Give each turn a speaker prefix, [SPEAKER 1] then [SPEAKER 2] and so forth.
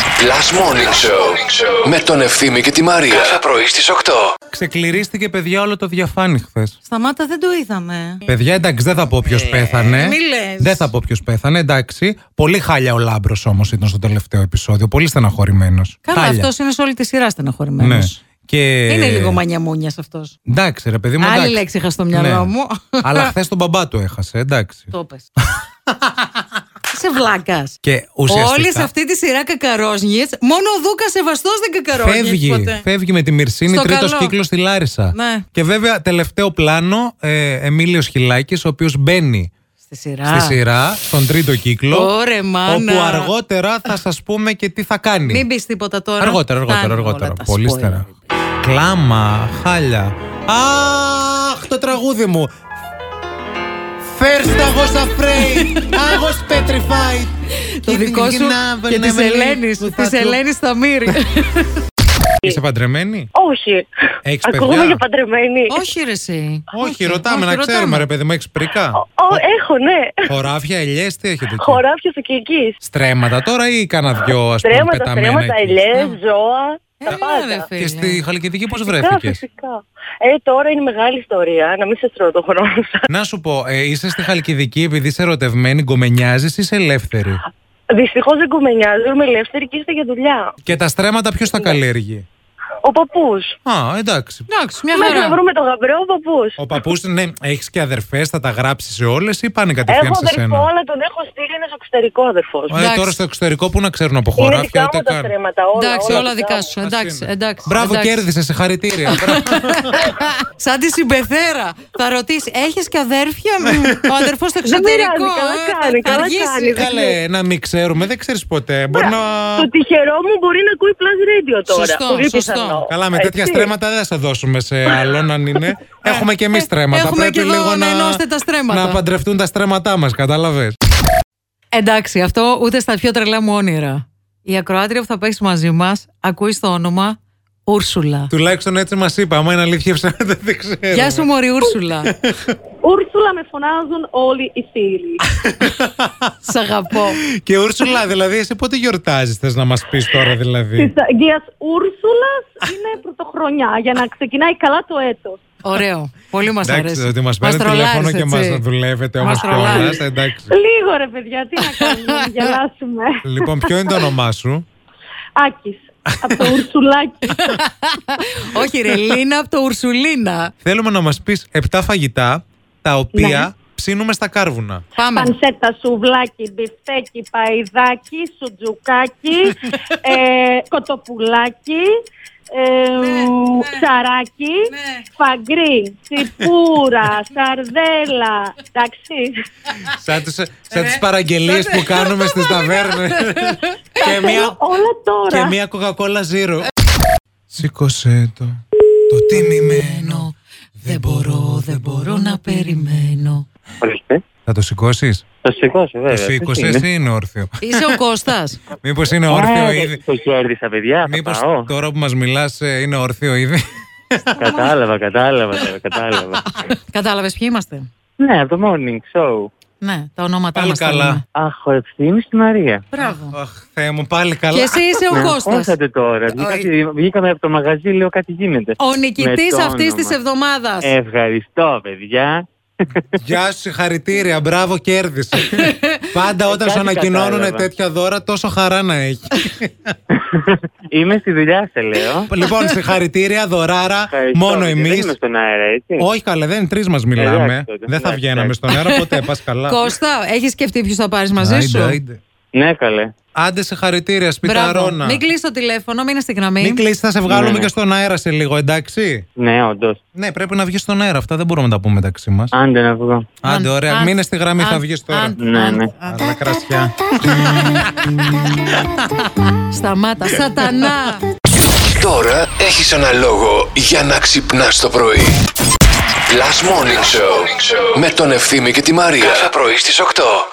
[SPEAKER 1] Last Morning Show με τον Ευθύμη και τη Μαρία. Κάθε πρωί στις 8.
[SPEAKER 2] Ξεκληρίστηκε, παιδιά, όλο το διαφάνη χθες.
[SPEAKER 3] Σταμάτα, δεν το είδαμε.
[SPEAKER 2] Παιδιά, εντάξει, δεν θα πω ποιος πέθανε.
[SPEAKER 3] Ε, μη λες.
[SPEAKER 2] Δεν θα πω ποιος πέθανε, εντάξει. Πολύ χάλια ο Λάμπρος όμως ήταν στο τελευταίο επεισόδιο. Πολύ στεναχωρημένος.
[SPEAKER 3] Καλά, αυτός είναι σε όλη τη σειρά στεναχωρημένος.
[SPEAKER 2] Ναι. Ε. Και...
[SPEAKER 3] Είναι λίγο μανιαμούνιας αυτός.
[SPEAKER 2] Εντάξει, ρε παιδί μου.
[SPEAKER 3] Άλλη
[SPEAKER 2] εντάξει. Ναι.
[SPEAKER 3] λέξη είχα στο μυαλό μου.
[SPEAKER 2] Αλλά χθες τον μπαμπά του έχασε, εντάξει.
[SPEAKER 3] Το πες. Είσαι βλάκας.
[SPEAKER 2] Και ουσιαστικά.
[SPEAKER 3] Όλη σε αυτή τη σειρά κακαρόσνιες, μόνο ο Δούκας σεβαστός δεν κακαρόσνιε
[SPEAKER 2] Φεύγει,
[SPEAKER 3] ποτέ.
[SPEAKER 2] φεύγει με τη Μυρσίνη,
[SPEAKER 3] Στο
[SPEAKER 2] τρίτος
[SPEAKER 3] καλό.
[SPEAKER 2] κύκλος στη Λάρισα.
[SPEAKER 3] Ναι.
[SPEAKER 2] Και βέβαια, τελευταίο πλάνο, ε, Εμίλιος Χιλάκης, ο οποίος μπαίνει
[SPEAKER 3] Στη σειρά.
[SPEAKER 2] στη σειρά, στον τρίτο κύκλο.
[SPEAKER 3] Ωρε, μάνα.
[SPEAKER 2] όπου αργότερα θα σας πούμε και τι θα κάνει.
[SPEAKER 3] Μην πεις τίποτα τώρα.
[SPEAKER 2] Αργότερα, αργότερα,
[SPEAKER 3] Φτάνουν
[SPEAKER 2] αργότερα.
[SPEAKER 3] όλα τα
[SPEAKER 2] Πολύ
[SPEAKER 3] spoiler.
[SPEAKER 2] στερά. Κλάμα, χάλια. Αχ, το τραγούδι μου. First I was afraid, I was petrified.
[SPEAKER 3] Το δικό σου και της Ελένης. Τη Ελένη στα μύρη.
[SPEAKER 2] Είσαι παντρεμένη.
[SPEAKER 4] Όχι.
[SPEAKER 2] Έχεις παιδιά?
[SPEAKER 4] Ακούγομαι για παντρεμένη.
[SPEAKER 3] Όχι, ρε, εσύ.
[SPEAKER 2] Όχι, ρωτάμε
[SPEAKER 3] όχι,
[SPEAKER 2] να ξέρουμε,
[SPEAKER 3] ρωτάμε.
[SPEAKER 2] ρε παιδί μου, έχεις πρικά.
[SPEAKER 4] Ω, έχω, ναι.
[SPEAKER 2] Χωράφια, ελιές, τι έχετε εκεί.
[SPEAKER 4] Χωράφια οικιακή.
[SPEAKER 2] Στρέμματα τώρα ή κάνα δυο, ας πούμε,
[SPEAKER 4] Τρέματα,
[SPEAKER 2] πεταμένα
[SPEAKER 4] στρέμματα,
[SPEAKER 2] εκεί.
[SPEAKER 4] ελιές, ζώα.
[SPEAKER 3] Έλα,
[SPEAKER 4] Τα πάντα.
[SPEAKER 3] Ε, ναι, ρε,
[SPEAKER 2] Και
[SPEAKER 3] φίλε.
[SPEAKER 2] στη Χαλκιδική πώς
[SPEAKER 4] Φυσικά,
[SPEAKER 2] βρέθηκες.
[SPEAKER 4] φυσικά. Ε, τώρα είναι μεγάλη ιστορία. Να μην σα τρώω το χρόνο σας.
[SPEAKER 2] Να σου πω, ε, είσαι στη Χαλκιδική επειδή είσαι ερωτευμένη, γκομενιάζεις, είσαι ελεύθερη.
[SPEAKER 4] Δυστυχώς δεν κομμενιάζω. Είμαι ελεύθερη και είστε για δουλειά.
[SPEAKER 2] Και τα στρέμματα ποιος τα
[SPEAKER 4] Ναι.
[SPEAKER 2] καλλιέργει.
[SPEAKER 4] Ο παππούς.
[SPEAKER 2] Α, εντάξει.
[SPEAKER 3] Εντάξει, μια
[SPEAKER 4] Μέχρι να
[SPEAKER 3] χαρά.
[SPEAKER 4] βρούμε τον γαμπρό, ο παππούς.
[SPEAKER 2] Ο παππούς, ναι, έχεις και αδερφές, θα τα γράψει σε όλες ή πάνε κατευθείαν
[SPEAKER 4] Έχω
[SPEAKER 2] σε σένα.
[SPEAKER 4] αδερφό, αλλά τον έχω στείλει ένα εξωτερικό αδερφός.
[SPEAKER 2] Ε,
[SPEAKER 3] Εντάξει.
[SPEAKER 2] τώρα στο εξωτερικό που να ξέρουν από
[SPEAKER 4] Είναι
[SPEAKER 2] χωράφια
[SPEAKER 4] δικά
[SPEAKER 2] ούτε
[SPEAKER 4] μου τα
[SPEAKER 2] καν.
[SPEAKER 4] στρέμματα. Όλα,
[SPEAKER 3] Εντάξει, όλα δικά σου.
[SPEAKER 2] Ας
[SPEAKER 3] Εντάξει,
[SPEAKER 2] είναι.
[SPEAKER 3] εντάξει.
[SPEAKER 2] Μπράβο,
[SPEAKER 3] εντάξει.
[SPEAKER 2] κέρδισε, σε χαρητήρια. Μπράβο.
[SPEAKER 3] Σαν τη συμπεθέρα. Θα ρωτήσεις, έχεις και αδέρφια μου. Ο αδερφός στο
[SPEAKER 4] Ναι. Δεν
[SPEAKER 3] εξωτερικό.
[SPEAKER 4] πειράζει,
[SPEAKER 3] ε,
[SPEAKER 4] καλά
[SPEAKER 3] θα-
[SPEAKER 4] κάνει,
[SPEAKER 3] θα
[SPEAKER 4] καλά
[SPEAKER 3] αργήσει.
[SPEAKER 4] κάνει.
[SPEAKER 2] Καλέ, να μην ξέρουμε, δεν ξέρεις ποτέ. Μπορεί
[SPEAKER 4] Ναι.
[SPEAKER 2] να.
[SPEAKER 4] Το τυχερό μου μπορεί να ακούει πλάζ ρέντιο τώρα.
[SPEAKER 3] Σωστό,
[SPEAKER 4] Πολύ
[SPEAKER 3] σωστό.
[SPEAKER 4] πιθανό.
[SPEAKER 2] Καλά, με τέτοια
[SPEAKER 4] Έτσι.
[SPEAKER 2] στρέμματα δεν θα σε δώσουμε σε άλλον, αν είναι. Έχουμε και εμείς στρέμματα.
[SPEAKER 3] Ε. Έχουμε
[SPEAKER 2] Πρέπει
[SPEAKER 3] και εδώ
[SPEAKER 2] λίγο
[SPEAKER 3] να
[SPEAKER 2] να,
[SPEAKER 3] ενώσετε τα στρέμματα.
[SPEAKER 2] να παντρευτούν τα στρέμματά μας, κατάλαβες.
[SPEAKER 3] Εντάξει, αυτό ούτε στα πιο τρελά μου όνειρα. Η ακροάτρια που θα παίξει μαζί μας ακούει το όνομα Ούρσουλα.
[SPEAKER 2] Τουλάχιστον έτσι μας είπα. Άμα είναι αλήθεια, ψάχνετε, δεν ξέρω.
[SPEAKER 3] Γεια σου, Μωρή Ούρσουλα.
[SPEAKER 4] Ούρσουλα με φωνάζουν όλοι οι φίλοι.
[SPEAKER 3] Σ' αγαπώ.
[SPEAKER 2] Και Ούρσουλα, δηλαδή, εσύ πότε γιορτάζεις, θες να μας πεις τώρα, δηλαδή.
[SPEAKER 4] Της Αγγείας Ούρσουλας είναι πρωτοχρονιά για να ξεκινάει καλά το έτος.
[SPEAKER 3] Ωραίο. Πολύ μας αρέσει.
[SPEAKER 2] Εντάξει, ότι μας παίρνει
[SPEAKER 3] τρολάρεις,
[SPEAKER 2] τηλέφωνο και
[SPEAKER 3] έτσι.
[SPEAKER 2] μας δουλεύετε όμω
[SPEAKER 3] Μας
[SPEAKER 2] κιόλα.
[SPEAKER 3] τρολάρεις.
[SPEAKER 2] Εντάξει.
[SPEAKER 4] Λίγο ρε παιδιά, τι να κάνουμε, να γελάσουμε.
[SPEAKER 2] Λοιπόν, ποιο είναι το όνομά σου.
[SPEAKER 4] Άκης, από το Ούρσουλάκι.
[SPEAKER 3] Όχι, ρε Λίνα από το Ουρσουλίνα.
[SPEAKER 2] Θέλουμε να μας πεις 7 φαγητά τα
[SPEAKER 3] Ναι.
[SPEAKER 2] οποία ψήνουμε στα κάρβουνα.
[SPEAKER 3] Πάμε.
[SPEAKER 4] Πανσέτα, σουβλάκι, μπιφτέκι, παϊδάκι, σουτζουκάκι, ε, κοτοπουλάκι, ε, ψαράκι, φαγκρί, τσιπούρα, σαρδέλα, εντάξει.
[SPEAKER 2] Σαν τις, Ε, σαν τις παραγγελίες που κάνουμε στις ταβέρνες. και μία,
[SPEAKER 4] Όλα τώρα.
[SPEAKER 2] και μία κοκακόλα ζύρου. Σήκωσέ το, το τιμημένο.
[SPEAKER 3] Δεν μπορώ, δεν μπορώ να περιμένω.
[SPEAKER 5] Ορίστε.
[SPEAKER 2] Θα το σηκώσεις.
[SPEAKER 5] Το σηκώσω,
[SPEAKER 2] Το
[SPEAKER 5] βέβαια.
[SPEAKER 2] σήκωσες ή είναι όρθιο.
[SPEAKER 3] Είσαι ο Κώστας.
[SPEAKER 2] Μήπως
[SPEAKER 5] Ε,
[SPEAKER 2] είναι όρθιο
[SPEAKER 5] Α,
[SPEAKER 2] ήδη.
[SPEAKER 5] το- Το κέρδισα, παιδιά. Θα
[SPEAKER 2] Μήπως
[SPEAKER 5] πάω.
[SPEAKER 2] τώρα που μας μιλάς ε, είναι όρθιο ήδη.
[SPEAKER 5] Κατάλαβα, κατάλαβα, τώρα, κατάλαβα.
[SPEAKER 3] Κατάλαβες ποιοι είμαστε.
[SPEAKER 5] Ναι, από το morning show.
[SPEAKER 3] Ναι, τα ονόματά
[SPEAKER 2] Πάλι
[SPEAKER 3] μας.
[SPEAKER 2] καλά.
[SPEAKER 3] θέλουμε.
[SPEAKER 5] Αχ, ο Ευθύμης στη Μαρία.
[SPEAKER 3] Μπράβο.
[SPEAKER 2] Αχ, Θεέ μου, πάλι καλά.
[SPEAKER 3] Και εσύ είσαι ο
[SPEAKER 5] Ναι,
[SPEAKER 3] Κώστας.
[SPEAKER 5] Ώσατε τώρα. Βγήκατε- Βγήκαμε από το μαγαζί, λέω κάτι γίνεται.
[SPEAKER 3] Ο
[SPEAKER 5] Με
[SPEAKER 3] νικητής
[SPEAKER 5] το
[SPEAKER 3] αυτής
[SPEAKER 5] όνομα. Ε,
[SPEAKER 3] της εβδομάδας.
[SPEAKER 5] Ευχαριστώ, παιδιά.
[SPEAKER 2] Γεια σου, συγχαρητήρια. Μπράβο, κέρδισε. ε, Πάντα όταν σου
[SPEAKER 5] Ε, κάτι
[SPEAKER 2] ανακοινώνουν
[SPEAKER 5] κατάλαβα.
[SPEAKER 2] τέτοια δώρα, τόσο χαρά να έχει.
[SPEAKER 5] Είμαι στη δουλειά, σε λέω.
[SPEAKER 2] λοιπόν, συγχαρητήρια, δωράρα.
[SPEAKER 5] Ευχαριστώ,
[SPEAKER 2] Μόνο
[SPEAKER 5] παιδιά. Δεν
[SPEAKER 2] εμείς.
[SPEAKER 5] είμαι στον αέρα, έτσι.
[SPEAKER 2] Όχι, καλέ, δεν είναι τρεις μας μιλάμε.
[SPEAKER 5] Εντάξει, τότε.
[SPEAKER 2] Δεν θα
[SPEAKER 5] Εντάξει,
[SPEAKER 2] βγαίναμε
[SPEAKER 5] εντάξει.
[SPEAKER 2] στον αέρα ποτέ. Πας καλά.
[SPEAKER 3] Κώστα, έχεις σκεφτεί ποιου θα πάρεις μαζί
[SPEAKER 2] Άιντε,
[SPEAKER 3] σου.
[SPEAKER 2] άιντε.
[SPEAKER 5] Ναι, καλέ.
[SPEAKER 2] Άντε, συγχαρητήρια, σπιταρώνα.
[SPEAKER 3] Μην κλείσει το τηλέφωνο, μείνε στη γραμμή.
[SPEAKER 2] Μην κλείσει, θα σε βγάλουμε
[SPEAKER 5] Ναι, ναι.
[SPEAKER 2] και στον αέρα σε λίγο, εντάξει.
[SPEAKER 5] Ναι, όντως.
[SPEAKER 2] Ναι, πρέπει να βγεις στον αέρα. Αυτά δεν μπορούμε να τα πούμε μεταξύ μας.
[SPEAKER 5] Άντε να βγω.
[SPEAKER 2] Άντε, ωραία.
[SPEAKER 3] αν-
[SPEAKER 2] Μείνε στη γραμμή, θα
[SPEAKER 3] αν-
[SPEAKER 2] βγεις τώρα.
[SPEAKER 3] αν-
[SPEAKER 5] Ναι, ναι.
[SPEAKER 2] Άρνα κρασιά.
[SPEAKER 3] Σταμάτα, σατανά.
[SPEAKER 1] Τώρα έχεις ένα λόγο για να ξυπνάς το πρωί. Last Morning Show με τον Ευθύμη και τη Μαρία. Κάθε πρωί στις 8.